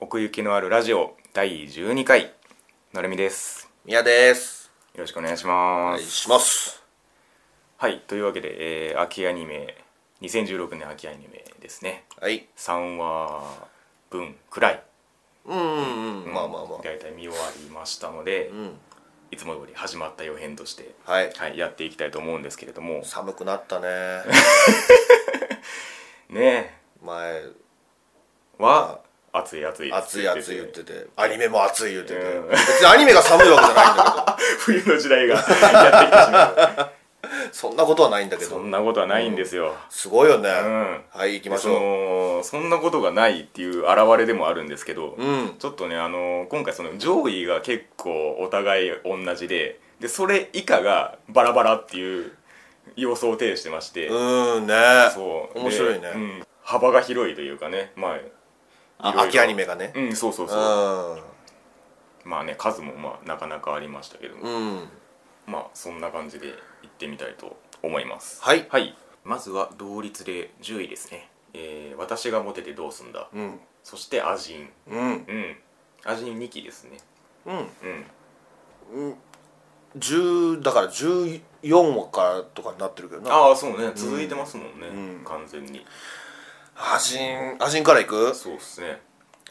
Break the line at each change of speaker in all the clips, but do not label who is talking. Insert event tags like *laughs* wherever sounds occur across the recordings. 奥行きのあるラジオ第12回のるみです
宮です。
よろしくお願いしま
お願い
す
します。
はい、というわけで、えー秋アニメ2016年秋アニメですね
はい。
3話分くらい、
うん、うん、まあまあまあ。
大体見終わりましたので、
うん。
いつもより始まった予編として、
はい。
はい、やっていきたいと思うんですけれども
寒くなったね。
ね
前、
えは暑い暑い
暑い暑い言っ
って
てて、アニメも暑い言ってて。
うん
別にアニメが寒いわけじゃないんだ
*laughs* 冬の時代がやってきてしまう
けど、そんなことはないんだけ
そ
ど
ん。なことはないんですよ、
すごいよね。
ん
はい、行きまし
そ
ょ
のそんなことがないっていう現れでもあるんですけど、
う。うん。
ちょっとね、あの今回その上位が結構お互い同じででそれ以下がバラバラっていう様相を呈してまして、
うーんね。
そうで
面白いね。
うん幅が広いというかねまあいろい
あ
ろ
秋アニメがね。
うんそうそう
う。
そうんまあね数もまあなかなかありましたけど、
うん。
まあそんな感じで行ってみたいと思います
はい
はい、まずは同率で10位ですね、えー私がモテてどうすんだ、
うん。
そしてアジン
うん。
うんアジン2期ですね
うん。
うん
10、だから14話からとかになってるけどな。
ああそうね続いてますもんね、
うん
完全に
アジン、アジンから行く
そうっすね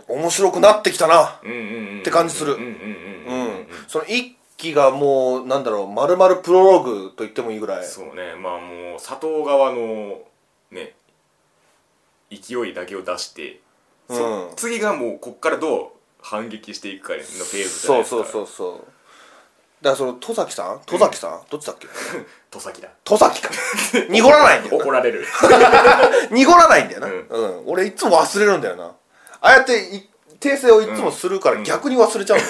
面白くなってきたな。
うんうんうん
って感じする
うんうん
う
うんうんうん
ん
うん、
その一期がもうなんだろうまるまるプロローグと言ってもいいぐらい
そうねまあもう佐藤側のね勢いだけを出して、そ
うん
次がもうこっからどう反撃していくかのフェーズじゃない
そう
ですか
そうそうそうだからその戸崎さん戸崎さん、どっちだっけ
*laughs* 戸先だ
戸崎か *laughs* 濁らないんだよ
怒
な
られる
濁らないんだよな、
う
うんん俺いつも忘れるんだよなああやってい訂正をいつもするか
う
ら
ん
逆に忘れちゃうのよ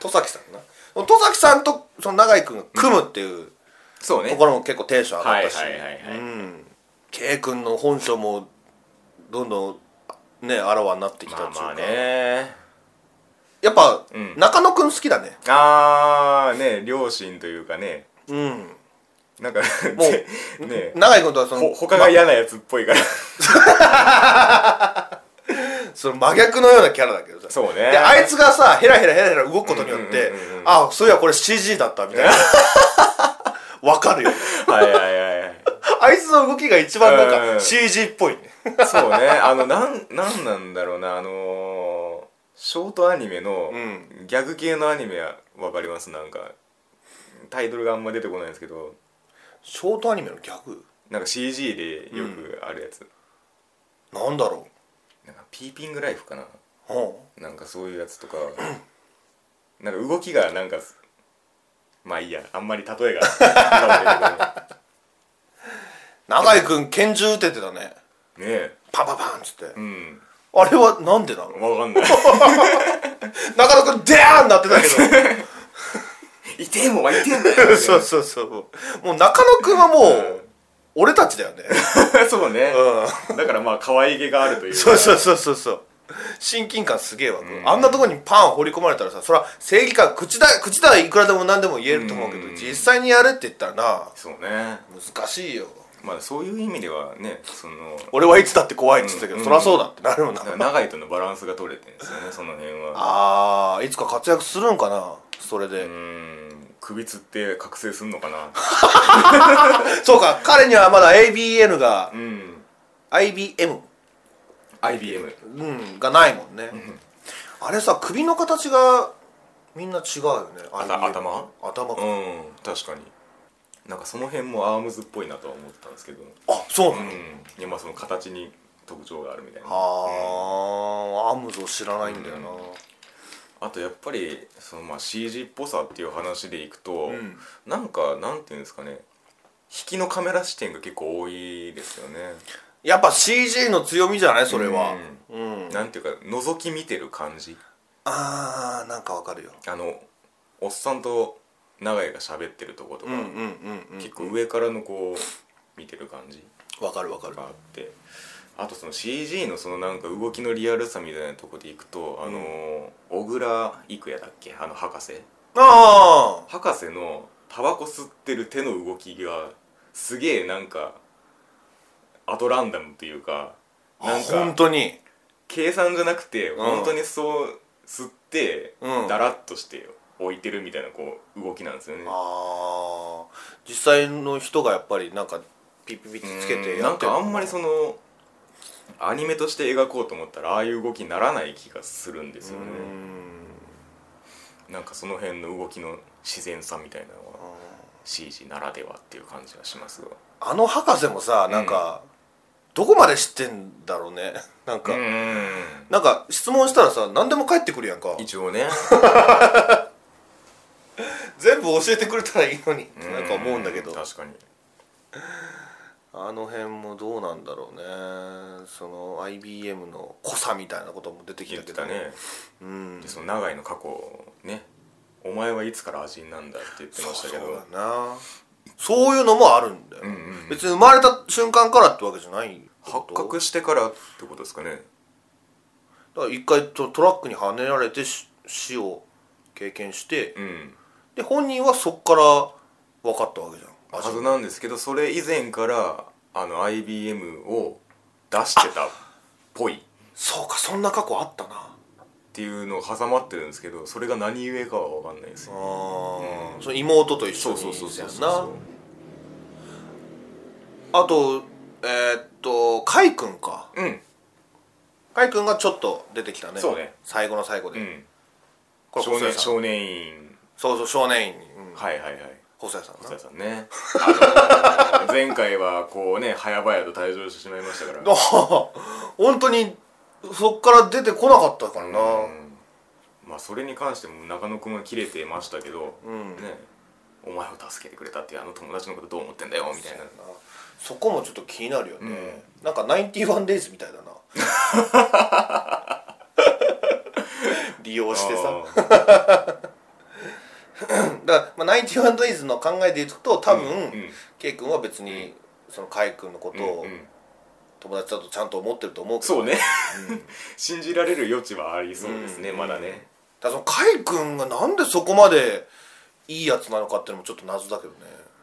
戸崎さんな戸崎さんとその永井君が組むっていう
*laughs* そうね
ところも結構テンション上がったし
はいはいはいはい
うん K 君の本性もどんどんねあらわになってきたって
ま
い
あ
うか、
まあね
やっぱ、
うん
中野くん好きだね
あーね両親というかね
うん
なんか
も
ね *laughs* ね
長いことはその
ほ他が嫌なやつっぽいから
まその真逆のようなキャラだけどさ
そうね
であいつがさヘラヘラヘラヘラ動くことによって、
うんうんうんうん
あそういやこれ CG だったみたいな *laughs* わかるよ
*laughs* はいはいはいはい
あいつの動きが一番なん
うん
か CG っぽい
*laughs*
ね
そうねあのなんなんなんだろうなあのー、ショートアニメの、
う
ギャグ系のアニメはわかりますなんかタイトルがあんま出てこないんですけど
ショートアニメのギャグ
なんか CG でよくあるやつ、
なんだろ
なんかピーピングライフかな
う、うん、
なんかそういうやつとか *clears throat* なんか動きがなんかまあいいやあんまり例えが今
長井くん拳銃撃ててたね
出てこないねえ
パンパンパンっつって、
うん
あれはなんでな
わ
の
か *laughs* んない
中野くんデーンなってたけど
痛えもんは痛えん *laughs* だよ
*laughs* そうそうそうもう中野くんはもう俺たちだよね
*laughs* そうね、
う
だからまあ可愛げがあるというんか
そうそうそうそうそう親近感すげえわ、あんなとこにパン放り込まれたらさそりゃ正義感口だ口だいくらでも何でも言えると思うけど、
うん
実際にやれって言ったらな
そうね
難しいよ
まあそういう意味ではねその
俺はいつだって怖いって言ってたけど、
うん
そりゃそうだってなるよな、
だから長井とのバランスが取れてるんですよねその辺は
あーいつか活躍するんかなそれで、
うーん首つって覚醒すんのかな
そうか彼にはまだ ABN が
うん
IBM
IBM
うん、がないもんね、あれさ首の形がみんな違うよね
あ
ああいう
頭
頭か、
うん確かになんかその辺もアームズっぽいなとは思ったんですけど
あそうな
う
の、
んいやまあその形に特徴があるみたいな
あーアムズを知らないんだよな、
あとやっぱりそのまあ CG っぽさっていう話でいくと、
うん
なんかなんていうんですかね引きのカメラ視点が結構多いですよね
やっぱ CG の強みじゃないそれはうん、
なんていうか覗き見てる感じ
あーなんかわかるよ
あのおっさんと長井が喋ってるとことか、
うんうんうん
結構上からのこう見てる感じ
うんわかるわかる
があってあとその CG のそのなんか動きのリアルさみたいなとこでいくと、あのー小倉郁也だっけあの博士
ああ
博士のタバコ吸ってる手の動きがすげえなんかアトランダムというか
な
なんん
か本
か
当に
計算じゃなくて、
ん
本当にそう吸って、
うん
だらっとして置いてるみたいなこう動きなんですよね
ああ実際の人がやっぱりなんかピッピピッつけて
うん
や
な
っ
ん
てる
かあんまりそのアニメとして描こうと思ったらああいう動きにならない気がするんですよねなんかその辺の動きの自然さみたいなのは CG ならではっていう感じがしますが
あの博士もさなんか、どこまで知ってんだろうね *laughs* なんか、
うん
なんか質問したらさ何でも返ってくるやんか
一応ね
全部教えてくれたらいいのにって *laughs* なんか思うんだけど
確かに
あの辺もどうなんだろうねその IBM の濃さみたいなことも出てき
言
た
っ
け
て
ど
たね
うん
でその長井の過去をねお前はいつから味になんだって言ってましたけど
そうだなそういうのもあるんだよ、
うんうん
別に生まれた瞬間からってわけじゃないってこと
発覚してからってことですかね
だから一回トトラックにはねられてし死を経験して、
うん
で本人はそっから分かったわけじゃん
はずなんですけどそれ以前からあの IBM を出してたっぽいっ
そうかそんな過去あったな
ていうのが挟まってるんですけどそれが何故かは分かんないですよ
あ、
うん
その妹と一緒
そ
に
うそうそうそう
やん
そう
なあとえーっとカイ君か
うん
カイ君がちょっと出てきたね
そうね
最後の最後で、
うん
これ
少
細谷
年
さん
少年院
そうそう少年院に、うん
はいはいはい
細谷さん
細谷
な
さんね、あ *laughs* のー前回はこうね早々と退場してしまいましたから
あ *laughs* 本当にそっから出てこなかったからな
まあそれに関しても中野くんは切れてましたけど、
うん
ねお前を助けてくれたっていうあの友達のことどう思ってんだよみたいな
そこもちょっと気になるよね、なんか91デイズみたいだ
*laughs*
な利用してさ
あー
だから、まあ、91デイズの考えでいくと多分、
うんうん
K 君は別にその海君のことを
うんうん
友達だとちゃんと思ってると思うけど、
そうね *laughs* 信じられる余地はありそうですね、
うん
まだね
だからその海君がなんでそこまでいいやつなのかっていうのもちょっと謎だけどね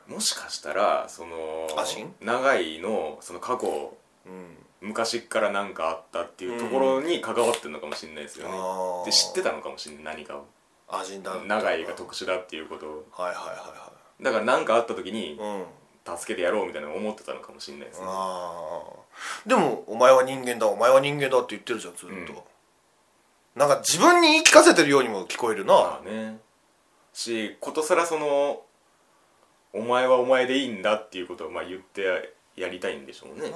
もしかしたらその
アシン
長井のその過去
うん
昔から何かあったっていうところに関わってるのかもしれないですよね、
あー
で知ってたのかもしれない何かを
アジンだ
長井が
はい
特殊だっていうことを
はいは
だから何かあった時に
いはいうん
助けてやろうみたいなの思ってたのかもしれないですね
ああでも「お前は人間だお前は人間だ」って言ってるじゃんずっと、
うん
なんか自分に言い聞かせてるようにも聞こえるな
まあねしことさらそのお前はお前でいいんだっていうことをまあ言ってやりたいんでしょうね
あ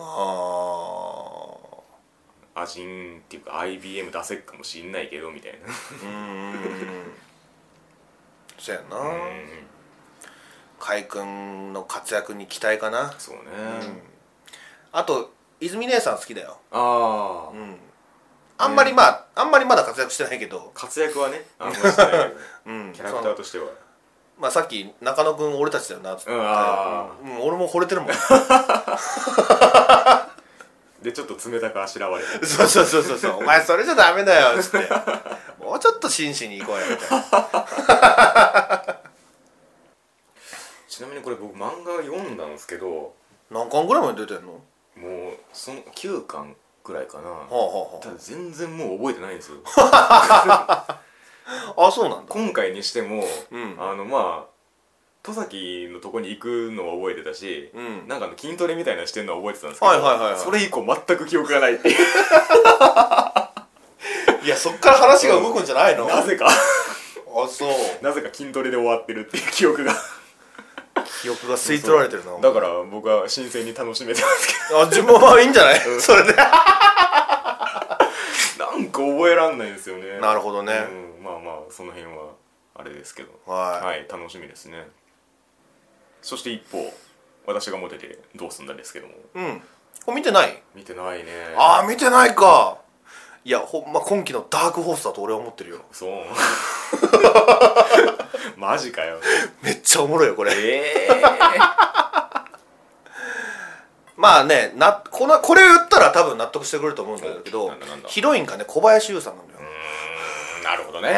あ
アジンっていうか IBM 出せっかもしんないけどみたいな
うんうんうんそやな
うんうん
海君の活躍に期待かな
そうね、
あと泉姉さん好きだよ
ああ、
うんあんまりまあ、あんまりまだ活躍してないけど、
活躍はねあのしてないけど
うん、
キャラク
そ
ター
の
として *laughs* は
まあさっき中野君俺たちだよなっつって、
うんあ
うん俺も惚れてるもん
でちょっと冷たくあしらわれて
そうそうそうそうそうお前それじゃダメだよっつってもうちょっと真摯に行こうよみたいな
ちなみにこれ僕漫画読んだんですけど
何巻ぐらいまで出てんのは
もうその9巻くらいか
あ、
な
は
ただ全然もう覚えてないんですよ
あはあ、あそうなんだ
今回にしても、
うん
あのまあ戸崎のとこに行くのは覚えてたし、
うん
なんかあの筋トレみたいなのしてんのは覚えてたんですけど、
はいはいはいはい
それ以降全く記憶がないっていう
いやそっから話が動くんじゃないの、
なぜか
あそう
*laughs* なぜか筋トレで終わってるっていう記憶が
記憶が吸い取られてるな
だから僕は新鮮に楽しめてますけ
らあ自分はいいんじゃない、それ
ど *laughs*
で
なんか覚えらんないんですよね
なるほどね
うんまあまあその辺はあれですけど
はい
楽しみですねそして一方私がモテてどうすんだですけども
うんこれ見てない
見てないね
ああ見てないかいやほんま今期のダークホースだと俺は思ってるよ
そう *laughs* マジかよ
めっちゃおもろいよこれ
ええ
まあねなこのこれを言ったら多分納得してくれると思うんだけ
お
ど
なんだなんだ
ヒロインがね小林優さんなのよ、
ー、なるほどねう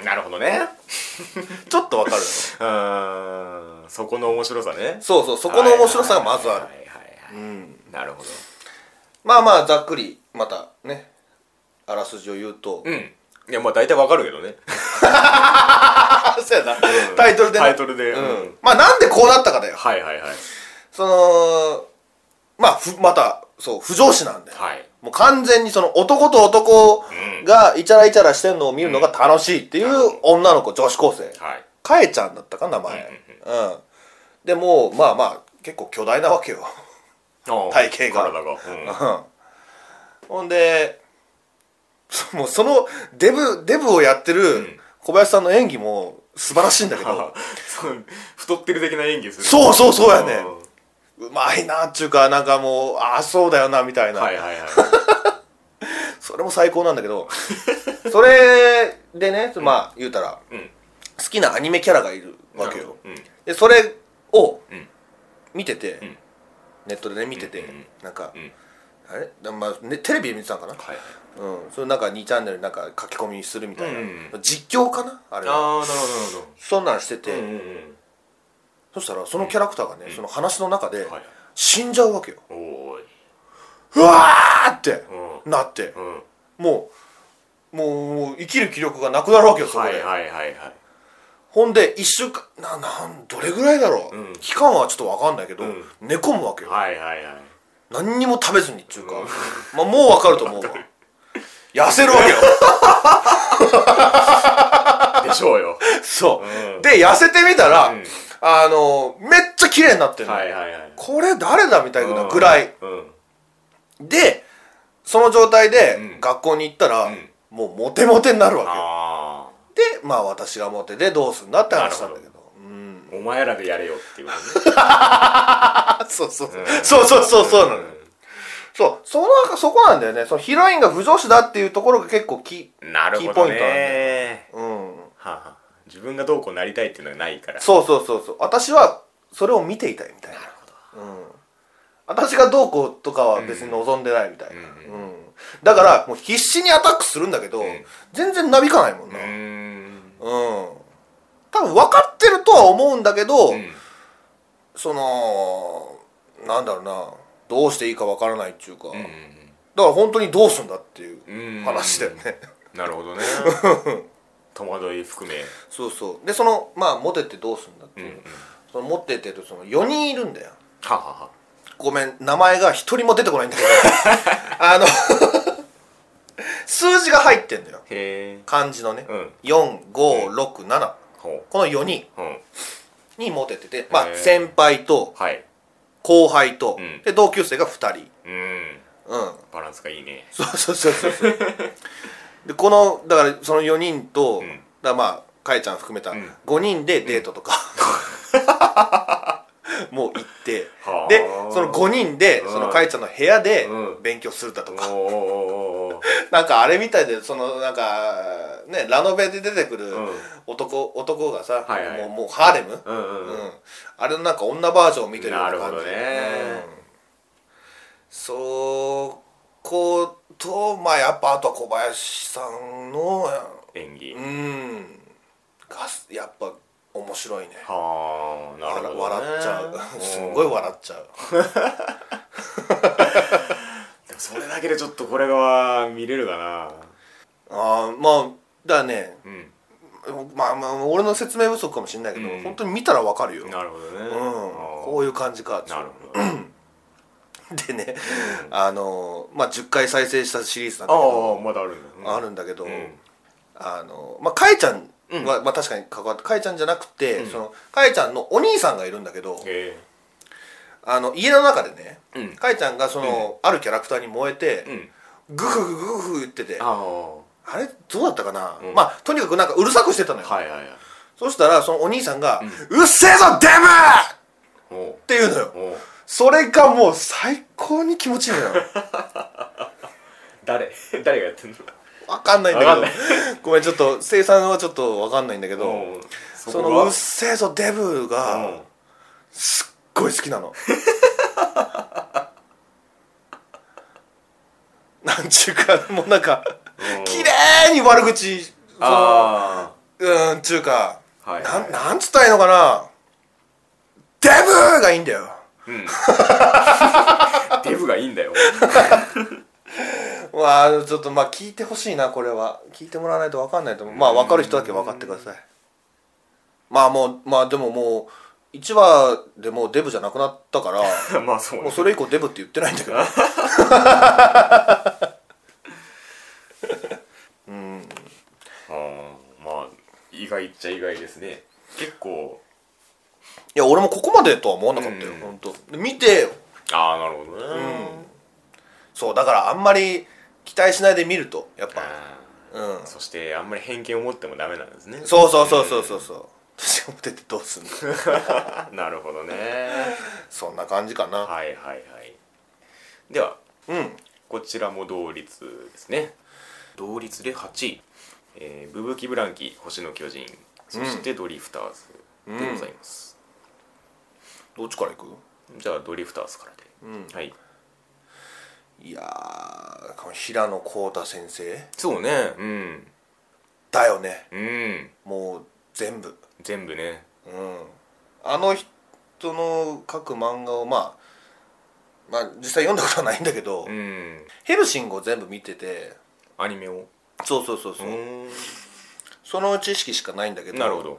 ーんなるほどね
ちょっとわかる
う
よ
ーんそこの面白さね
そうそうそこの面白さがまずある、
はいはいはいはいはい
うん、
なるほど
まあまあざっくりまたねあらすじを言うと、
うんいやまあ大体わかるけどね
あそうやな、タイトルでね
タイトルで
うん
うん
まあなんでこうなったかだよ
はいはいはい
そのまあふまたそう不上司なんだよ
はい
もう完全にその男と男がイチャライチャラしてんのを見るのが楽しいっていう女の子女子高生
はい
かえちゃんだったか名前うんでもうまあまあ結構巨大なわけよ体型
体
が
が、うん
うんほんでそもうそのデブデブをやってる小林さんの演技も素晴らしいんだけど
そう太ってる的な演技する
そうそうそうやね
ん
うまいなっちゅうかなんかもうああそうだよなみたいな、
はいはいはい
それも最高なんだ
*laughs*
けどそれでねまあ言うたら、
うん
好きなアニメキャラがいるわけよ、
うん
でそれを
うん
見てて、
ん
ネットでね見てて、
うんうんうん
なんか、
うん
あれだまあね、テレビで見てたんかな、
はい
うん、それなんか2チャンネルになんか書き込みするみたいな、
うんうんう
実況かなあれは
ああなるほどなるほ
そんなんしてて、
どうんうん
そしたらそのキャラクターがね、その話の中で
はい
死んじゃうわけよ、
うんおーいう
わーって
う
なって、
んうん
もうもうもう生きる気力がなくなるわけよそこで、
はいはいはいはい
ほんで1週間ななんどれぐらいだろう、
うん
期間はちょっと分かんないけど、
うん
寝込むわけよ
はいはいはい
何にも食べずにっていうか、まあ、もう分かると
*laughs*
思うわ痩せるわけよ
でしょうよ、
そううで痩せてみたら、
うん
あのめっちゃ綺麗になってるの、
はいはいはい
これ誰だみたいなぐらい、
うん
でその状態で
うん
学校に行ったら、
うん
もうモテモテになるわけよ
あ
でまあ私がモテでどうすんだって話なんだけどうん
あお前らでやれよっていうことね
そうそう
うん
そうそうそうそうなのよそうそのそこなんだよねそのヒロインが不上司だっていうところが結構き
なる
キー
ほ
ポイ
ど
ントなん
ね
うん
はあはあ自分がどうこうなりたいっていうのはないから
そうそうそうそう私はそれを見ていたいみたいなうん、私がどうこうとかは別に望んでないみたいな、
う
うんだからもう必死にアタックするんだけど、
ん
全然なびかないもんな
う
うん、
ーん
多分分かってるとは思うんだけど、
うん
そのなんだろうなどうしていいか分からないっていうか、
う
だか
ん
ら本当にどうすんだっていう
うん
話だよね *laughs*
なるほどね戸惑い含め
そうそうでそのまあモテてどうすんだって
うん
いうう、
んは
そのモテてるその4人いるんだよ
あはあは
ごめん名前が一人も出てこないんだ
*laughs*
けどあの数字が入ってんだよ
あへえ
漢字のね、
うん
4567
ほ
この4人
ううん
にモテてて、まあ
へ、ー
先輩と
はい
後輩と、
うん
で同級生が2人
うん
うん
バランスがいいね
そうそうそうそうそうでこのだからその4人と、
うん
だからまあかえちゃん含めた
ん
5人でデート
*laughs*
とか、もう行って
はあ
でその5人で
うん
そのかえちゃんの部屋で
うん
勉強するだと
お
か、
ーおーおーおー
なんかあれみたいでそのなんかねラノベで出てくる
うん
男,、男がさ、
はいはい
もうもうハーレム、
うんうん
う
うん
んあれのなんか女バージョンを見てるような感じ
なるほどね
うんそことまあやっぱあとは小林さんの
演技
うんがやっぱ面白いね
はあなるほど、ね、
笑っちゃう *laughs* すんごい
うん
笑っちゃう
でもそれだけでちょっとこれが見れるかな
ああまあだからね
うん
まあまあ俺の説明不足かもしれないけど、
うん
本当に見たらわかるよ
なるほどねうん
うん、こういう感じか
なるほどね
でね、あのまあ10回再生したシリーズなんだけど
ああまだあるんだ、うん
あるんだけど、
ん
あのまあかえちゃん
うん
は、まあ、確かに関わってかえちゃんじゃなくて、
うん
そのかえちゃんのお兄さんがいるんだけど
へ
あの家の中でね、
うん
かえちゃんがその、あるキャラクターに燃えて
え、うん
グフグフグフ言っててあ
ああ
れどうだったかな、
うん
まあとにかくなんかうるさくしてたのよ、
はいはいはい
そしたらそのお兄さんが「うっせえぞデブ!」
おう
って言うのよ
おう
それがもう最高に気持ちいいのよ
誰 *laughs* 誰がやってんの
わかんないんだ
わかんな
け *laughs* どごめんちょっと生産はちょっとわかんないんだけど、
うそ
そ
こ
の「う
が
っせえぞデブ」が、
うん
すっごい好き
*laughs*
なのなんちゅうかもうなんか
うん
綺麗に悪口その
あ
うんちゅうか、
あはい
なんなんつったらいいのかなデブーがいいんだよ
うんデブがいいんだよ
まあちょっとまあ聞いてほしいなこれは聞いてもらわないと分かんないと思うまあ分かる人だけ分かってくださいまあもうまあでももう1話でもうデブじゃなくなったから
*laughs*
*laughs*
まあそう
も
ね
うそれ以降デブって言ってないんだけ
*laughs*
どうん
あーまあ意外っちゃ意外ですね結構
いや俺もここまでとは思わなかったよ、
うん
ほんと、本当見てよ
ああなるほどね
そうだからあんまり期待しないで見るとやっぱ
あ
うん
ーそしてあんまり偏見を持ってもダメなんですね
そうそうそうそうそうそう年を出てどうすんの *laughs*
うなるほどね
そんな感じかな
はいはいはいでは
うん
こちらも同率ですね同率で8位、えーブブキブランキ星の巨人そしてドリフターズでございます、
どっちからいく
じゃあドリフターズからで、
うん
はい
いやーこの平野浩太先生
そうねうん
だよね
うん
もう全部
全部ね
うんあの人の書く漫画をまあまあ実際読んだことはないんだけど、
うん
ヘルシングを全部見てて
アニメを
そうそうそうそう、
ん
その知識しかないんだけど
なるほど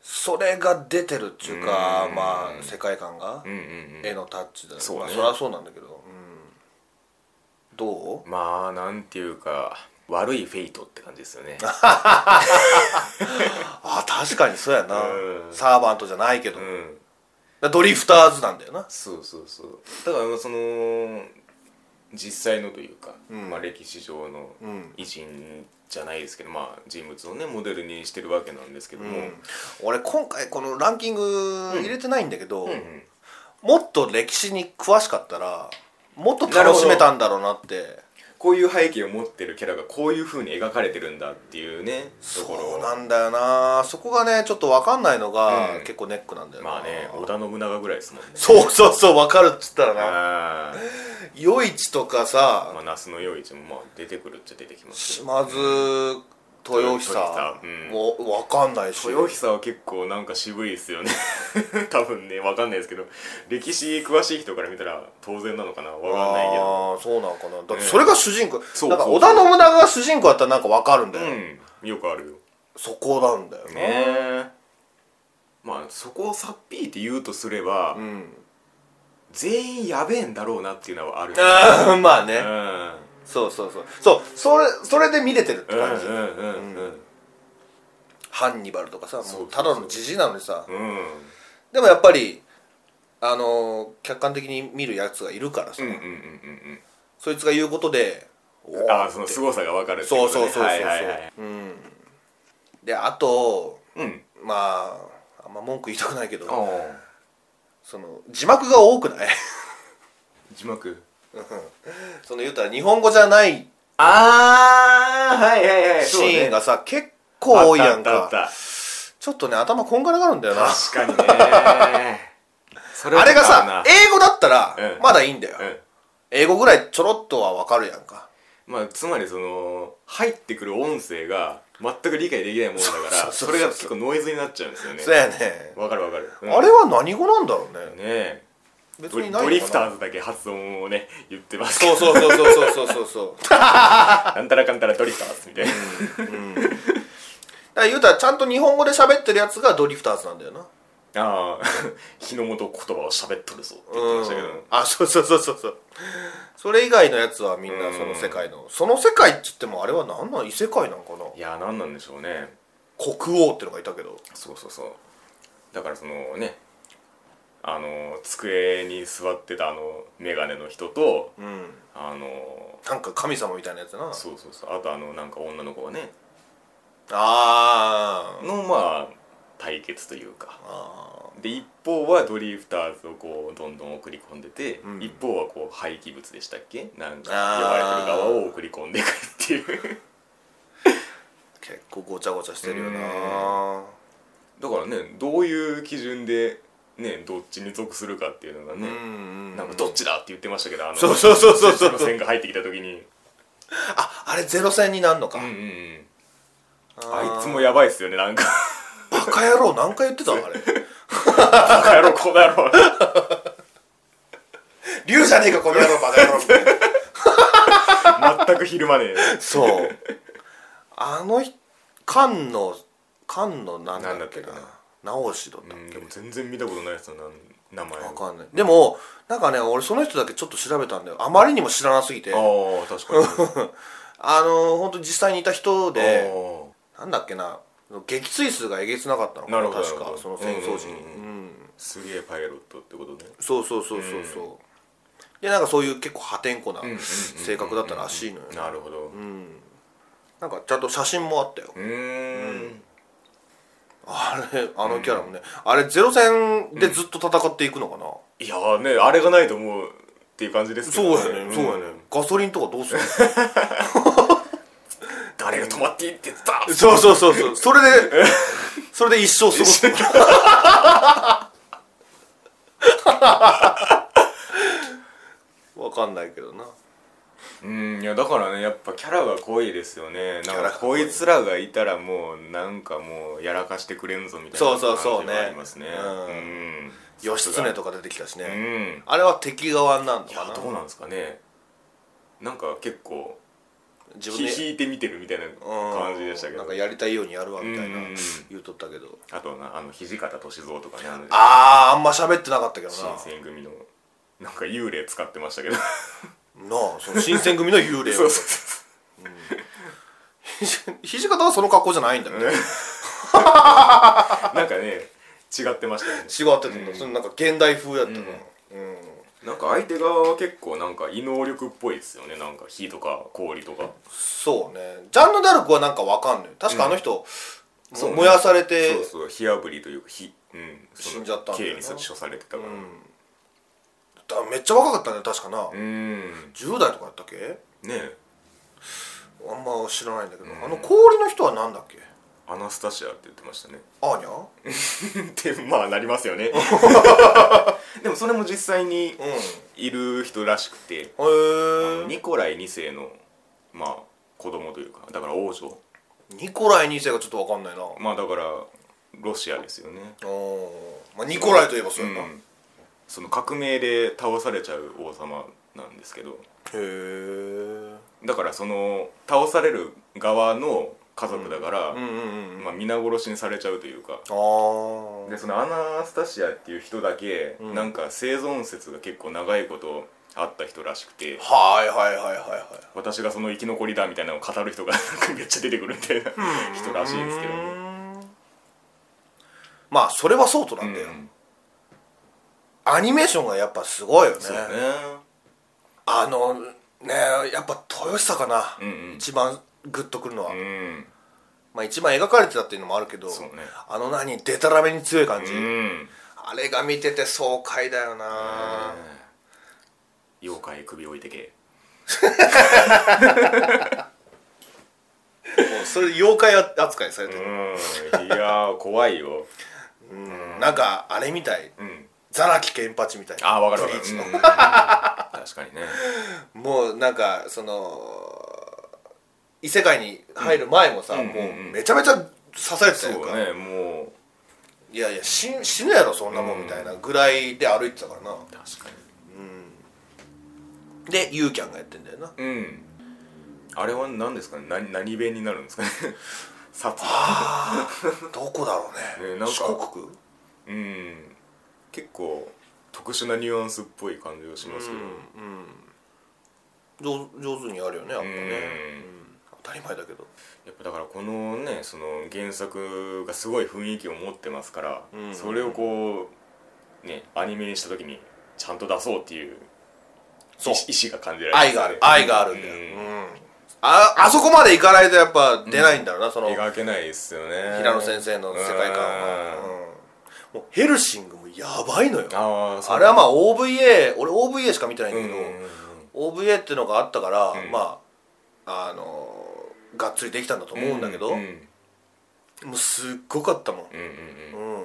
それが出てるっていうか
うん
まあ世界観が
うんうんう
絵
ん
のタッチだよ
そうね
まあそりゃそうなんだけど、うん、どう
まあなんていうか悪いフェイトって感じですよね
あ確かにそうやな
うん
サーバントじゃないけど、
う
だか
ん
らドリフターズなんだよな
そうそうそうだからその実際のというか、
うん
まあ、歴史上の
うん
偉人じゃないですけど、まあ、人物をねモデルにしてるわけなんですけども、
俺今回このランキング入れてないんだけど、
うんうん
もっと歴史に詳しかったらもっと楽しめたんだろうなって
こういう背景を持ってるキャラがこういうふうに描かれてるんだっていうねところ
そうなんだよなそこがねちょっと分かんないのが
うん
結構ネックなんだよな、
まあね織田信長ぐらいですもんね
そうそうそう分かるっつったらな
あー
夜市とかさ
まあ那須の夜市もまあ出てくるっちゃ出てきますけど
島津豊久
豊久うん
もう分かんないし
豊久は結構なんか渋いですよね *laughs* 多分ねわかんないですけど歴史詳しい人から見たら当然なのかなわかんないけど
ああそうなのかなだって
ね
それが主人公、
そう
なんか
そう
織田信長が主人公だったらなんか分かるんだよ、
うんよくあるよ
そこなんだよな、
ねまあそこをさっぴいて言うとすれば、
うん
全員やべえんだろうなっていうのはある
あー *laughs* まあね、
う
そうそうそうそうそれそれで見れてるって
んうん
感じ、
うんうん
ハンニバルとか
そう
さも
そうう
ただのじじいなのにさ
うん
でもやっぱりあのー客観的に見るやつがいるからさ、
うんうんうんうん
そいつが言うことでお
うん
ー
ああその凄さが分かるって
そ
こ
う
と
そう
ね
そうそうそう、
はいはいはい
うんであと
うん
まああんま文句言いたくないけど
あ
その字幕が多くない *laughs*
ー字幕
その言うたら日本語じゃない
ああはいはいは
シーンがさ、結構多いやん
あったあ
か
ったあっ
ちょっとね頭こんがらがるんだよな
た確かにねそ
あれが
わか
さ
る
英語だったら
うん
まだいいんだよ、
なうん
英語ぐらいちょろっとはわかるやんか
まあ、つまりその入ってくる音声が全く理解できないもんだから
そうそうそうそう
それが結構ノイズになっちゃうんですよね
そうやね、
わかるわかる、うん
あれは何語なんだろうね
ねえ
別
ドリ
にない
ドリフター
ズ
ズだけ発音をね言ってますけ
そ
ど
うそうそうそうそうそうそうだか
なんたらかんたらドリフターズみたいな *laughs*
ら言うたらちゃんと日本語で喋ってるやつがドリフターズなんだよな
ああ *laughs* 日の元言葉を喋っとるぞって言ってましたけど、
あそうそうそうそうそうそれ以外のやつはみんな
うん
その世界のその世界っつってもあれは何なん異世界なんかない
やー何なんでしょうね
国王ってのがいたけど
そうそうそうだからそのねあの机に座ってたあの眼鏡の人と
うん
あの
なんか神様みたいなやつな
そうそうそうあとあのなんか女の子がね
あー
のまあ対決というか
あ
で一方はドリフターズをこうどんどん送り込んでて、
うん
一方はこう廃棄物でしたっけなんか呼ばれ
あー
てる側を送り込んでいくっていう
*laughs* ー結構ごちゃごちゃしてるよな
だからねどういう基準でねどっちに属するかっていうのが
う
ね、
ん
なんかどっちだって言ってましたけどあの
そうそうそうそうそう
の線が入ってきた時に
ああれゼロ戦になんのか、
うんうんうん
あー
あいつもやばいっすよねなんか
バカ野郎何回言ってたのあれ
バカ野 *laughs* 郎この野郎 *laughs*
竜じゃねえかこの野郎バカ野郎みたいな
全くひるまねえ
そうあのひ菅野菅野なんだっけ
なんだっけ
な直しだった
う
っ
ん
け
でも全然見たことないやつだな名前
わかんないでもなんかね俺その人だけちょっと調べたんだよあまりにも知らなすぎてあ
ああ確
*laughs*
かに
の本当実際にいた人で
ああ
なんだっけな撃墜数がえげつなかったのか
なるほど
確
なるほ
か
ど
その戦争時に、
うんうんう
うん
すげえパイロットってことね
そうそうそうそうそう、でなんかそういう結構破天荒な性格だったらしいのよ、
なるほどう
なんかちゃんと写真もあったよ
ーん
あれあのキャラもね、あれゼロ戦でずっと戦っていくのかな、
いやーねあれがないともうっていう感じですけ
そう
ど
やねそうやね、
ん
ガソリンとかどうする
誰が止まっていいって言ってた
*laughs* そうそうそうそうそれで *laughs* それで一生過ごすわかんないけどな
うんいやだからねやっぱキャラが濃いですよね
ャ
なん
ラが
か
濃
こ
い
いつらがいたらもうなんかもうやらかしてくれんぞみたい
そう
な
そう
感
そう
じ
ね
がありますね
うん
うん
義経とか出てきたし
う
ね、
ん
あれは敵側になるの
い
か
や
な
どうなんですかねなんか結構
自分
ひ
で
引いて見てるみたいな
うん
感じでしたけ
な
ど
んかやりたいようにやるわみたいな
うんうんうん
言うとったけど
あとなあの土方歳三とかねあの
あーあんま喋ってなかったけどな
新選組のなんか幽霊使ってましたけど
なあその新選組の幽
*laughs*
霊
そうそう
を
そ
*laughs* 土方はその格好じゃないんだよね
うなんかね違ってましたね
違ってたんだ、そのなんか現代風やったなうん
なんか相手側は結構なんか異能力っぽいですよねなんか火とか氷とか
そうねジャンヌ・ダルクはなんかわかんない確かあの人、も
そうね
燃やされて
そうそう火あぶりというか火、うん、その
死んじゃったんだよな
刑に処されてたから
だめっちゃ若かったね確かな、
うん
10代とかやったっけ
ねえ
あんま知らないんだけど、あの氷の人はなんだっけ
アナスタシアって言ってましたね *laughs*
アーニャ
ってまあなりますよね *laughs* でもそれも実際に
うんへ
いる人らしくて、
え
ニコライ2世のまあ子供というかだから王女
ニコライ2世がちょっとわかんないな
まあだからロシアですよね
おーまあ、ニコライといえばそうやな、
うんその革命で倒されちゃう王様なんですけど
へえ
だからその倒される側の家族だから、
うんうんうん
まあ、皆殺しにされちゃうというか
あー
でそのアナスタシアっていう人だけ、
うん
なんか生存説が結構長いことあった人らしくて
はいはいはいはいはい
私がその生き残りだみたいなのを語る人がなんかめっちゃ出てくるみたいな人らしいんですけど
う
ね、
ーんまあそれはそうとな
うん
だよ、
ん
アニメーションがやっぱすごいよね
そうね
あのねやっぱ豊久かな、
うんうん
一番グッとくるのは、
うん
まあ一番描かれてたっていうのもあるけど、
そうね
あの何でたらめに強い感じ、
うん
あれが見てて爽快だよな、
妖怪首置いてけ
もうそれ妖怪扱いされて
う
る、
んいやー怖いよ
うんなんかあれみたい
うん
ザラキケンパチみたいな
ああ分かる
ブリ
分
ー
か
チ
る、
の
うんうんうん確かにね
もうなんかその異世界に入る前もさ、
うん
もうう
う
ん
んうん
めちゃめちゃ刺されてた
そ
やんか、
うねもう
いやいや死死ぬやろそんなもんみたいなぐらいで歩いてたからな、
確かに
でユーキャンがやってんだよな
うんあれは何ですかね何何弁になるんですかね *laughs* 殺
どこだろうね
ねなんか
四国区
うん結構特殊なニュアンスっぽい感じがしますけど、
上上手にやるよねやっ
う
ぱね、
ん
うん当たり前だけど
やっぱだからこのねその原作がすごい雰囲気を持ってますから、
うん
それをこうねアニメにした時にちゃんと出そうっていう
そう
意意志が感じられます
愛
ね
がある愛があるんだよ、
うん
うんああそこまで行かないとやっぱ出ないんだろうな、その平
描けないですよね
野先生の世界観は、
うん
うんもうヘルシングもやばいのよ
ああ
あれはま
あ
あ OVA 俺 OVA しか見てないん
う
だ
ん
け
うん
ど、
うん
OVA っていうのがあったから、
ん
まああのーがっつりできたんだと思うんだけど、
うんうん
もうすっごかったもん
うんうんうんね
うん、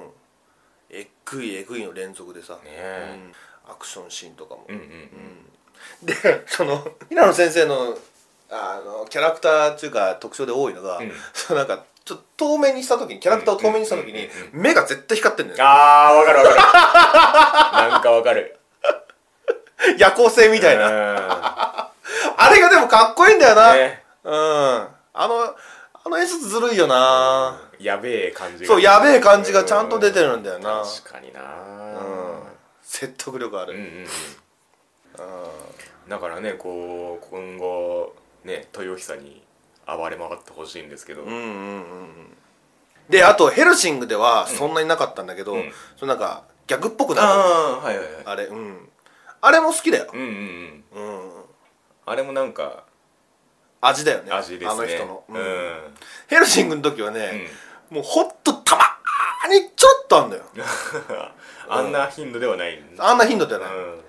えっくいえぐいの連続でさ、う
え
ん、アクションシーンとかも、
うんうん
でその平野先生のあのキャラクターっていうか特徴で多いのが、
うん
そのなんかちょっと透明にした時にキャラクターを透明にした時に目が絶対光ってんだよ
ああわかるわか *laughs* るなんかわかる
*laughs* 夜行性みたいな
な
あれがでもかっこいいんだよな、
ね
うんあのあの演出ずるいよな、
やべえ感じが
そうやべえ感じがちゃんと出てるんだよな
確かにな
うん説得力ある、
うんうんうん
う
だからねこう今後ね豊久に暴れ回ってほしいんですけど、
ん、うんうんうんうんであとヘルシングではそんなになかったんだけど、
うん
そのなんか逆っぽくなるあ
ああはいはいはい
れうんあれも好きだよ
うんうんうん
うん
あれもなんか
味だよね
味ですね
あの人の、
う、
うんん
うん
ヘルシングの時はね、もうほんとたまーにちょっとあんだよ
あんな頻度ではない
あんな頻度だよね、
うん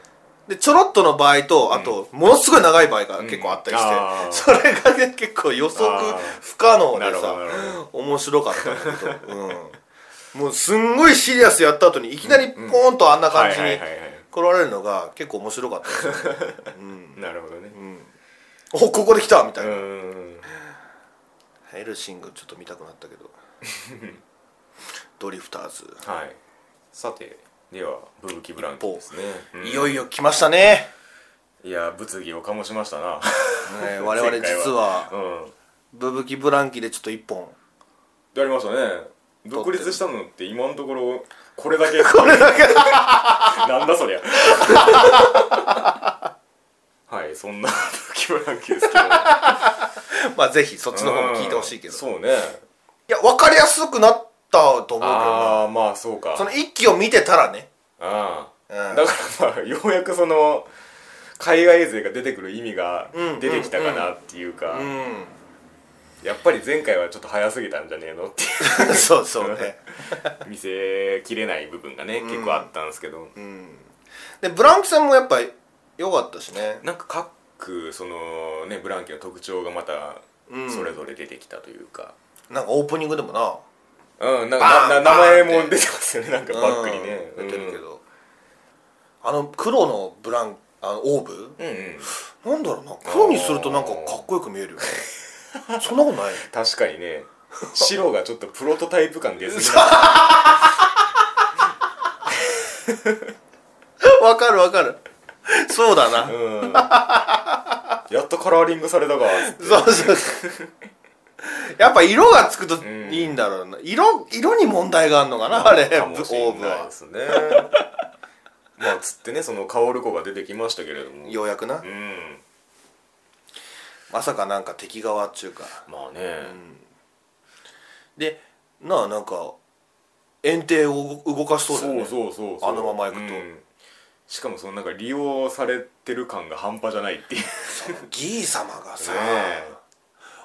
でちょろっとの場合とあと、ものすごい長い場合が結構あったりして、
うんあー
それがね結構予測不可能
な
で
るほ
さ
どなるほ
面白かったんだけど、うん、もうすんごいシリアスやった後にいきなりポーンとあんな感じ
はい
に
はいはいは
来られるのが結構面白かったですね、
いなるほどね
うん、おここで来たみた
う
いな、
ん
ヘルシングちょっと見たくなったけ
*laughs*
どドリフターズ、
はいさてではブブキブランキーですね、うん
いよいよ来まし
*laughs*
たね
いや物議を醸しましたな
ね我々実は
うん
ブブキブランキでちょっと一本
やりましたね独立したのって今のところこれだけ
*laughs* これだ
*laughs*
け
なんだそりゃ *laughs* はいそんなブキブランキーですけ
*laughs*
ど
まあぜひそっちの方も聞いてほしいけど、
うん
い
そうね
や分かりやすくなったと思うけどな
ああまあそうか
その一期を見てたらね、
ああ
うん
だからまあようやくその海外勢が出てくる意味が出てきたかなっていうか、
う
やっぱり前回はちょっと早すぎたんじゃねえのってい
ん *laughs* そうそうね、
う見せきれない部分がね結構あったんですけど、
うん、でブランキさんもやっぱ良かったしね
なんか各そのねブランケの特徴がまた
うん
それぞれ出てきたというか、
なんかオープニングでもな
うんなんかなな
バ
名
ーンバーン
前
っ
も
て
出てますよねなんかバックにね、
うん出てるけ
うん
ど、あの黒のブランあのオーブ
うんうん
なんだろうな黒にするとなんかかっこよく見えるよね *laughs* そんなことない
確かにね白がちょっとプロトタイプ感ですね
*laughs* わかるわかるそうだな
うんやっとカラーリングされたか
そうそうそうやっぱ色がつくといいんだろうな、色色に問題があるのかなあれ
か
オ
もしれ
ーブ
ない
は
ですねまあつってねその薫子が出てきましたけれども
ようやくな、
うん
まさかなんか敵側っちゅうか
まあね、
でなあなんか園庭を動かしそうだよね
そうそうそうそう
あのまま行くと
んしかもそのなんか利用されてる感が半端じゃないっていう
ギー様がさ、
ねえ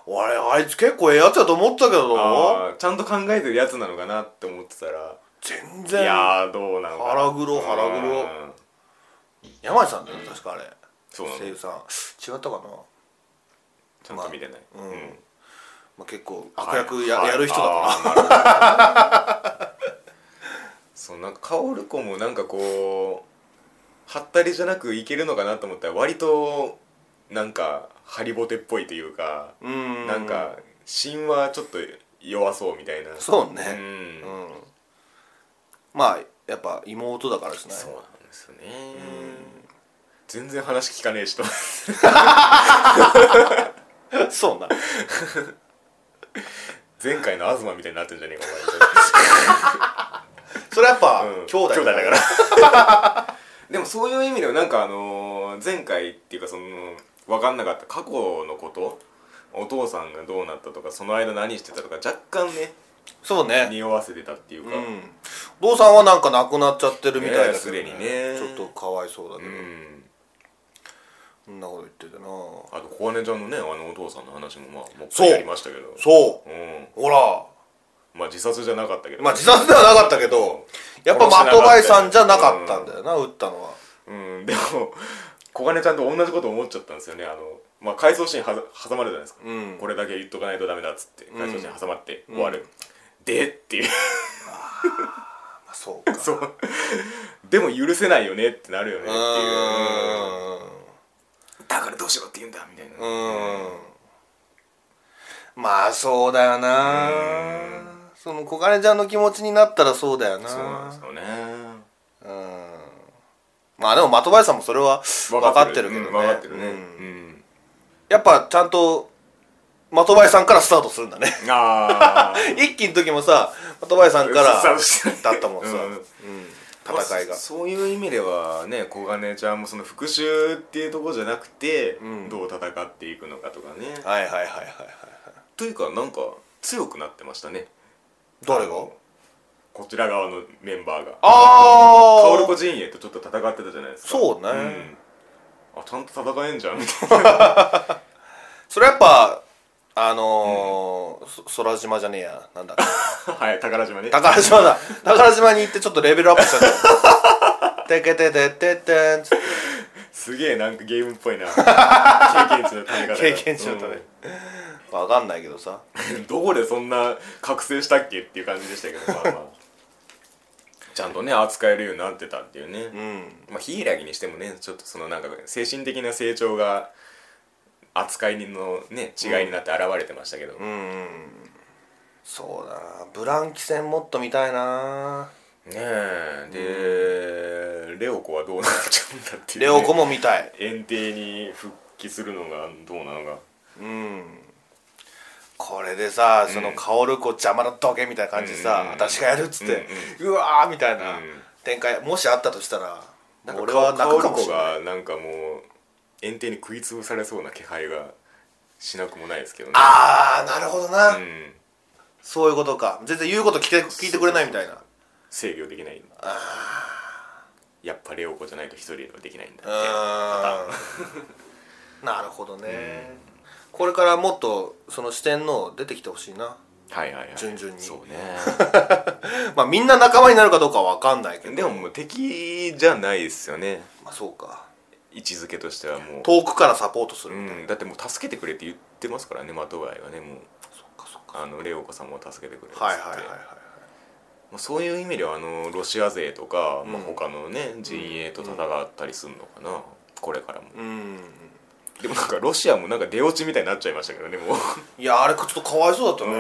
俺あいつ結構ええやつやと思ったけど
あーちゃんと考えてるやつなのかなって思ってたら
全
い
然
やーどうなのかな
腹黒腹黒
うん
山地さんだよ確かあれ
そうなの
声優さん違ったかな、
ちゃんと見てない、
まあうん
うん
まあ、結構
は
悪
い
役や,、
はい
やる人だから
あーなるほど *laughs* そうなんか薫子もなんかこうはったりじゃなくいけるのかなと思ったら割となんかハリボテっぽいというか、
うん
なんか芯はちょっと弱そうみたいな
そう
う
ね
ん
うん、まあやっぱ妹だからしない
そうなんですよね全然話聞かねえしと
*laughs* そうな
*laughs* 前回の東みたいになってんじゃねえか
それやっぱ、
お前うん
兄弟
だから *laughs* でもそういう意味ではなんかあのー前回っていうかその分かんなかった過去のことお父さんがどうなったとかその間何してたとか若干ね
そうね
匂わせてたっていう
う
か、
ん、お父さんはなんか亡くなっちゃってるみたい
ね
だけど、
えすでにね
ちょっとかわいそうだけ
う
ど、
ん
そんなこと言ってたな
あと小姉ちゃんのねあのお父さんの話もまあもう一
そう
回やりましたけど
そう
うん
ほら
まあ自殺じゃなかったけど
まあ自殺ではなかったけどやっぱ的バイさんじゃなかったんだよな、撃ったのは
うんでも小金ちゃんと同じこと思っちゃったんですよねあのまあ回想シーンはざ挟まるじゃないですか、
うん
これだけ言っとかないとダメだっつって
ん
回想シーン挟まって終わる、でっていう *laughs*
あそうか
そうでも許せないよねってなるよねって
う
い
ー
うんだからどうしろって言うんだみたいな
うーんまあそうだよなその小金ちゃんの気持ちになったらそうだよな
そうなんですよね
うんまあでも的林さんもそれは分かってるけどね
うん分かってるね、
う
うんん
やっぱちゃんと的林さんからスタートするんだね
ああ
一期の時もさ的林さんか
スタート
ら
してない
だったもんさ、
うん
うん *laughs* 戦い
ま
が
あそそういう意味ではね小金ちゃんもその復讐っていうところじゃなくて、
うん
どう戦っていくのかとかね、
はいはいはいはいはい
というかなんか強くなってましたね
誰
あ
が
のこちら側のメンバーが
あ
カオル
ー
コ陣営とちょっと戦ってたじゃないですか
そうね
ん、あちゃんと戦えんじゃんみたい
それやっぱあのーそ空島じゃねえやなんだっけ
な *laughs* はい宝島ね
宝島だ宝島に行ってちょっとレベルアップしたんだ *laughs* よてけててててんつって
すげえなんかゲームっぽい
*laughs*
な経験値のため方が
経験値のためわかんないけどさ
うんどこでそんな覚醒したっけっていう感じでしたけどまあまあ
*laughs*
ちゃんとね扱えるようになってたっていうね、
うん
まあ、柊にしてもねちょっとそのなんか精神的な成長が扱いのね違いになって現れてましたけど、
うんうんそうだなブランキ戦もっと見たいな
ねえで、レオコはどうなっちゃうんだっていう、ね、
レオコも見たい
園庭に復帰するのがどうなのか
うんこれでさその薫子邪魔だどけみたいな感じでさ、
うん
私がやるっつって、うわーみたいな
うん
展開もしあったとしたら
なん
俺は泣くかもし
子
れない
がなんかもう園庭に食い潰されそうな気配がしなくもないですけどね
あーなるほどな、
うん
そういうことか全然言うこと聞け聞いてくれないみたいな
制御できないやっぱレオコじゃないと一人ではできないんだって
うーんなるほどね、これからもっとその視点の出てきてほしいな
はいはいはい
順々に
そうね *laughs*
まあみんな仲間になるかどうかは分かんないけど
でももう敵じゃないですよね
まあそうか
位置づけとしてはもう
遠くからサポートするみたいな、
うん、だってもう助けてくれって言ってますからね的外はねもう
そっかそっ
あのレオ子さんも助けてくれっつって、
はいはいはいはい
まあそういう意味ではあのロシア勢とか、まあ、
うん
他のね陣営と戦ったりするのかな、これからも
うん
でもなんかロシアもなんか出落ちみたいになっちゃいましたけどねもう
いやあれちょっとかわいそうだったね、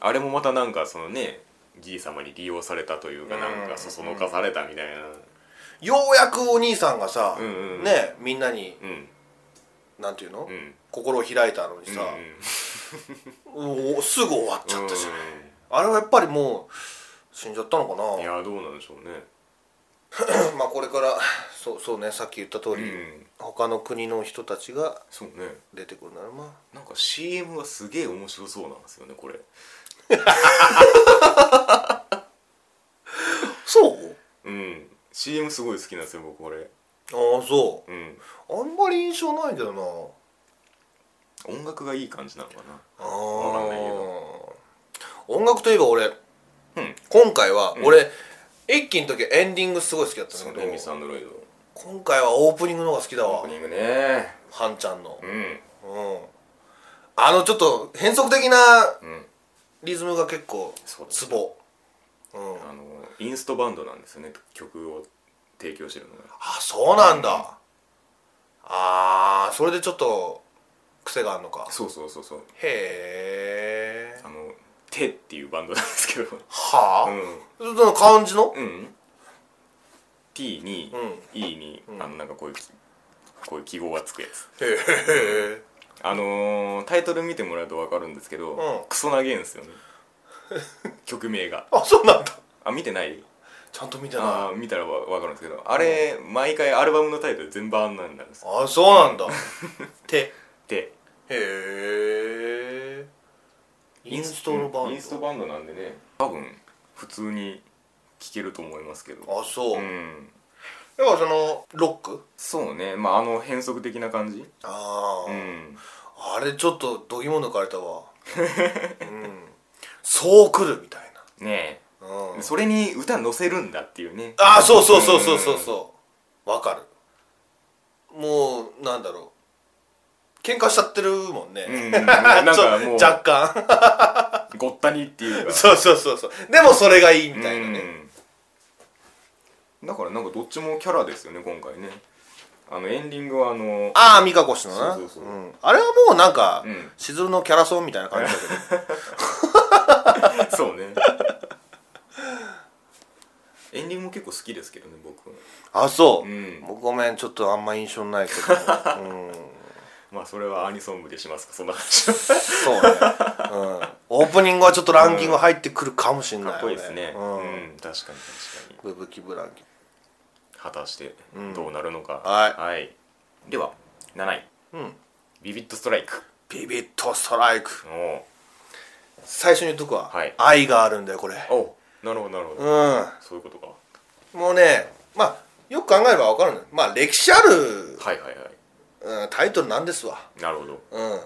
あれもまたなんかそのねギー様に利用されたというかなん
うん
かそそのかされたみたいな
ようやくお兄さんがさ、
うんうん
ねみんなに
うん
なんていうの、
うん
心を開いたのにさ、
うん
おすぐ終わっちゃったじゃん、
う
あれはやっぱりもう死んじゃったのか
んい
な
やどうなんでしょうね
*clears throat* まあこれからそうそうねさっき言った通り、
うん
他の国の人たちが
そうね
出てくるならま
なんか CM がすげえ面白そうなんですよねこれ
あそう
うん CM すごい好きなんですよ僕これ
ああそ
うん
うあんまり印象ないけどな
音楽がいい感じなのかな
あ
かんないけ
ー音楽といえば俺、
うん
今回は俺、一気の時エンディングすごい好きだった
その
んだけ
ね
ど
ミスアンドロイド
今回はオープニングの方が好きだ
オー
わ
プニングね
ハンちゃんの
うん
うんあのちょっと変則的な
うん
リズムが結構
そうです
ツボうん
あのインストバンドなんですよね曲を提供してるのが
あそうなんだ、あーそれでちょっと癖があるのか
そうそうそうそう
へえ
あの「手」っていうバンドなんですけど
は
う
あ、
ん
その感じの
うん T に、
うんへ
E に、あのなんかこういうこういう記号がつくやつ
え
あのー、タイトル見てもらうと分かるんですけど、
うん
クソ長げんですよね曲名が
あそうなんだ
あ見てない
ちゃんと見てない
あー見たらわ分かるんですけどあれ、毎回アルバムのタイトル全部あんなんなんですよ
あそうなんだ手へ
で
えインストのバンド
インストバンドなんでね多分普通に聴けると思いますけど
あそう、
う
やっ
ん
ぱそのロック
そうねまああの変則的な感じ
ああ、
うん
あれちょっと度肝抜かれ
*laughs*
たわうんそうくるみたい
ね
な、うん
え、それに歌載せるんだっていうね
ああそうそうそうそうそうそうわかるもうなんだろう喧嘩しちゃってるもんね、
うんなん
ちょ
かも
若
う
干 *laughs*
ごったにっていうか
そうそうそうそうでもそれがいいみたいなね、
うんだからなんかどっちもキャラですよね今回ねあのエンディングはあの
ああ美香子氏のな
そうそうそうん
あれはもうなんか、
うん
しずるのキャラソンみたいな感じだけど
*laughs* そうねエンディングも結構好きですけどね僕は
*laughs* あそう、
うん
もうごめんちょっとあんま印象ないけど、うん、
まあそれはアニソン部でしますかそんな話は
*laughs* そうね、うん、オープニングはちょっとランキング入ってくるかもしれない、
かっこいいですねう、
うんん、
確かに確かに
ブブキブランキン
果たしてどうなるのか、
うんはい
では7位
グうん
ビビットストライク
ビビッとストライク
お
最初に言っとくわ、
はい
愛があるんだよこれ
おおなるほどなるほど、
う
そういうことか
んもうねまあよく考えれば分かるのよまあ歴史ある、
はいはいはい
うん、タイトルなんですわ
なるほど
うん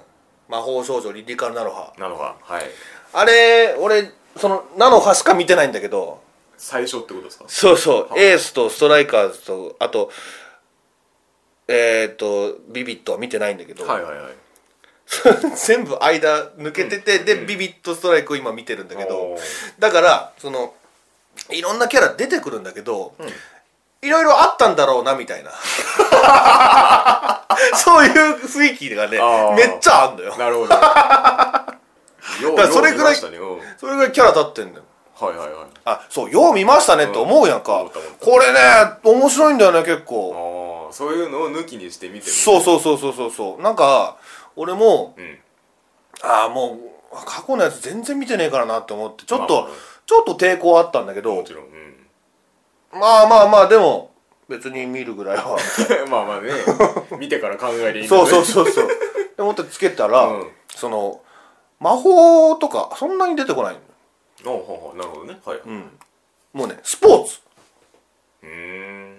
魔法少女リリカルナノハ
なのがはい
あれ俺そのナノハしか見てないんだけど
最初ってことですか
そうそう
はあ
エースとストライカーズとあとえっ、とビビットは見てないんだけど、
はいはいはい
*laughs* 全部間抜けてて、で、ビビットストライクを今見てるんだけどだからそのいろんなキャラ出てくるんだけど、いろいろあったんだろうな
*laughs*
みたいなそういう雰囲気がね
あー
めっちゃあんだよ
なる
*laughs*
ほどよう
だからそれぐ
よう見
らい
ましたねうんはい
それぐらいキャラ立ってんだよ
はいはい
あそうよう見ましたねって思うやんか、
うん思った思った
これね面白いんだよね結構
ああそういうのを抜きにして見てる
そうそうそうそうそうそうなんか俺も
うん
ああもう過去のやつ全然見てねえからなって思ってちょっ
まあ
と、
まあ
ちょっと抵抗あったんだけど
もちろんうん *laughs*
まあまあまあでも別に見るぐらいは
まあまあ *laughs* ね見てから考えていいんだ
そ
ね
うそうそ
*laughs*
うそうで思ってつけたら、
うん
その魔法とかそんなに出てこないの
おうほうほうなるほどねはいはい
うんもうねスポーツ、
うーん
う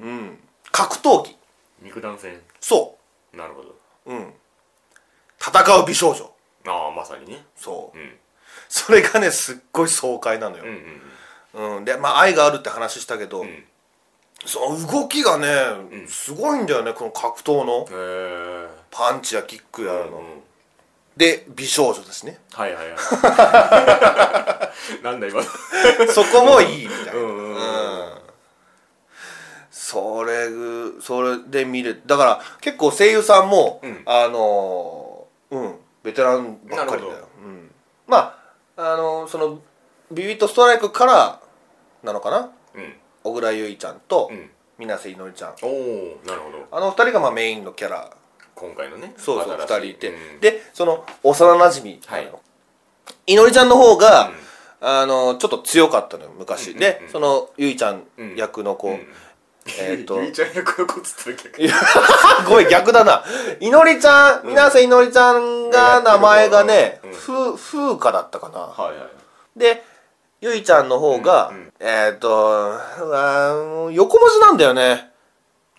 ん、格闘技
肉弾戦
そ
なるほど
う、うん、戦う美少女
ああまさにね
そう
うん
それがねすっごい爽快なの
うんう
よ、
ん
うんでまあ愛があるって話したけど、
うんうんへ
その動きがね、
ん
すごいんだよねこの格闘の
えー
パンチやキックやるの、
うん
で美少女ですね
はいはいはい *laughs* なんだ今
そこもいいみたいな、
うんうんうん
うんそれぐそれで見るだから結構声優さんも、
うん
あのーうんベテランばっかりだ
なる
よ、うん、まああのーそのビビットストライクからなのかな
うん
小倉優衣ちゃんと、
うん
水瀬いのりちゃん
おおなるほど
あの二人がまあメインのキャラ
今回のね
そうそう
新
二
し
人いて、
うん
でその幼なじみな
は
の
い
よ、いのりちゃんの方が、
うん
あのちょっと強かったのよ昔、
うんうんうん
でそのゆいちゃん
うん
役の子、
うん
えっ、と
ゆいちゃん役の子っつってるけど
いや *laughs* ごめん逆だないのりちゃん皆さんいのりちゃんが名前がね、
うん
ふ風花だったかな、
はいはい
でゆいちゃんの方が、
うんうん
えっ、とうわーもう横文字なんだよね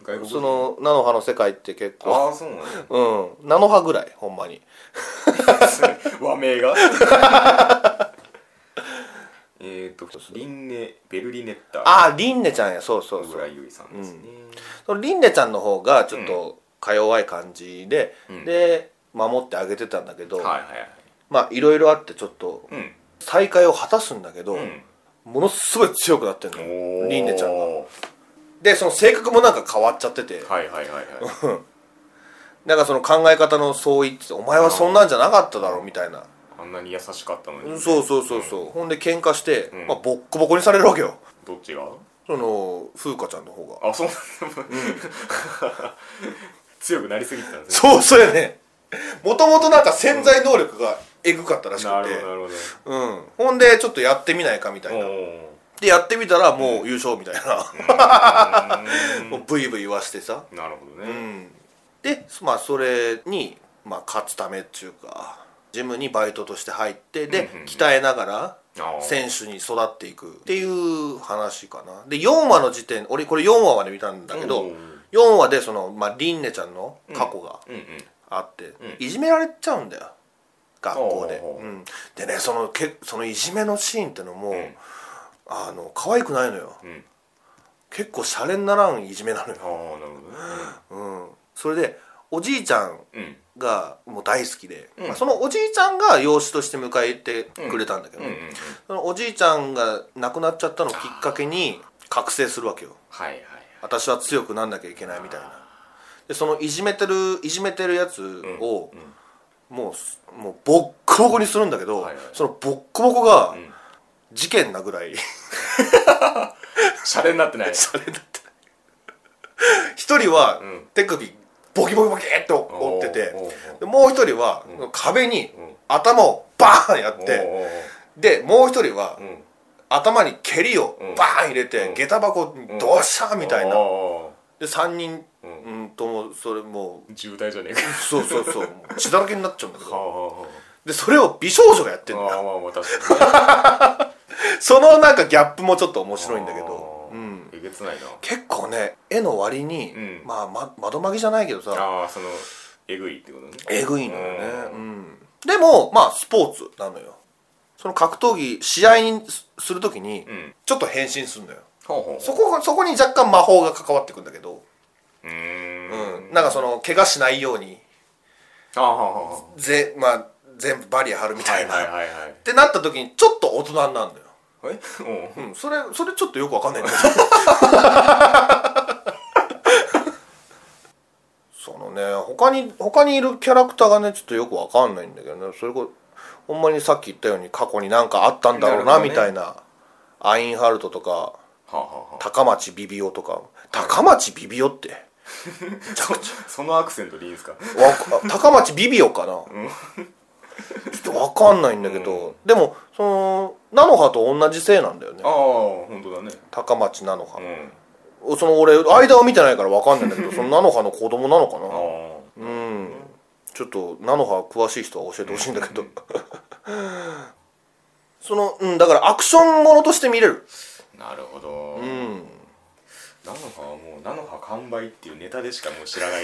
外国人
その菜の葉の世界って結構
ああそうなの
うん菜の葉ぐらいほんまに *laughs*
和名が *laughs* えっとリンネベルリネッタ
あありんねちゃんやそうそう
小
そう
倉優衣さんですね、
そのリンネちゃんの方がちょっとか弱い感じで、
うん
で守ってあげてたんだけど、
はいはいはい
まあいろいろあってちょっと
うん
再会を果たすんだけど、
うん
ものすごい強くなってん
お
の
ー
リンネちゃんがでその性格もなんか変わっちゃってて、
はいはいはいはい
なんかその考え方の相違ってお前はそんなんじゃなかっただろみたいな、
あんなに優しかったのに、
そうそうそうそう、ほんで喧嘩して、
うん
まあ、ボッコボコにされるわけよ
どっちが
その風花ちゃんの方が
あそうなんだ、 *laughs* 強くなりすぎてたんですね
そうそうやねもともとなんか潜在能力がえぐかったらしく
なる
て、
ほどなるほ
うん、ほんでちょっとやってみないかみたい
ど
な
お
でやってみたらもう優勝みたいな、
ー
*laughs* もうブイブイ言わしてさ、
なるほど
う
ね、
ん、でまあそれに、まあ、勝つためっていうかジムにバイトとして入ってで
うんうんうん
鍛えながら
あー
選手に育っていくっていう話かなで4話の時点俺これ4話まで見たんだけ
お
ど
ー
4話でその、まあ、リンネちゃんの過去が
うんうん
あって、
ん
いじめられちゃうんだよ学校で、
おうおう
うん、でねそのけそのいじめのシーンってのも、
ん
あの可愛くないのよ
うん
結構シャレにならんいじめなの
ああ
よ、
なるほどね
うん、それでおじいちゃん
うん
がもう大好きで、
うん
まあそのおじいちゃんが養子として迎えてくれたんだけど、
うんうんうん
そのおじいちゃんが亡くなっちゃったのをきっかけに覚醒するわけよ
はいはい
私は強くなんなきゃいけないみたいなでそのいじめてるいじめてるやつを、もうすもうボッコボコにするんだけど、
はいはい
そのボッコボコが、
ん
事件なぐら *laughs* い
シャレになってない
あれだって一人は
ん
手首ボキボキボキって折ってて
おうおうおう
でもう一人は壁に
ん
頭をバーンやっ
お
て
うおう
でもう一人は
おううん
頭に蹴りを
うん
バーン入れ
う
て
ん
下駄箱にドシャーみたいな
おうおう
で3人
うん
うんともそれも
おう渋滞じゃねえか
うそうそうそうもう血だらけになっちゃうんだけ
はあ
ど
はあは
でそれを美少女がやってん
あま
だ
あまあまあ確かに
そのなんかギャップもちょっと面白いんだけど
あー
うん
えげつないな
結構ね絵の割に
うん
まあま窓まぎじゃないけどさ
ああそのえぐいってことね
えぐいのよね
う
うんでもまあスポーツなのよその格闘技試合にすするときに
うん
ちょっと変身するのよ
ほうほう
そこがそこに若干魔法が関わってくんだけど、
うー
うん
ん
なんかその怪我しないように
ああはあはあ
ぜ、まあ、全部バリア張るみた
はいい
な、
はいはいはい
ってなった時にちょっと大人になるのよ、
えう
うん、それそれちょっとよくわかんないんだけど
*laughs*
そのね他に他にいるキャラクターがねちょっとよくわかんないんだけどねそれこほんまにさっき言ったように過去になんかあったんだろう
な
な
るほどね
みたいなアインハルトとか
はあはあはあ
高町ビビオとか高町ビビオって
そそのアクセントでいいんですか
わか高町ビビオかな、ちょっとわかんないんだけど、でもその菜の葉と同じ姓なんだよね
ああ本当だね
高町菜の
う
葉、
ん
その俺間を見てないからわかんないんだけどその菜の葉の子供なのか
あ
な
あ
うんちょっと菜の葉詳しい人は教えてほしいんだけど *laughs* そのうんだからアクションものとして見れる
なるほど
うん
菜の葉はもう菜の葉完売っていうネタでしかもう知ら
*laughs*
ない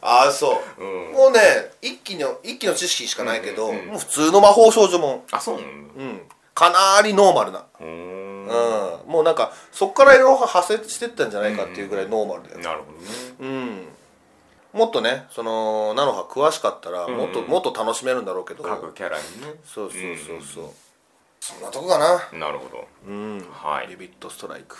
ああそううんもうね一気の一気の知識しかないけど、
うんうんうん
もう普通の魔法少女もん
あそうなんだ
うんかなりノーマルな、
うーん
うん、もうなんかそこからいろいろ派生してったんじゃないかっていうぐらいノーマルだよ、
なるほどね
うん、もっとねその菜の葉詳しかったらもっと、
うんうん
もっと楽しめるんだろうけど
各キャラにね
そうそうそうそう、そんなとこかな
なるほど
うん
はい
ビビットストライク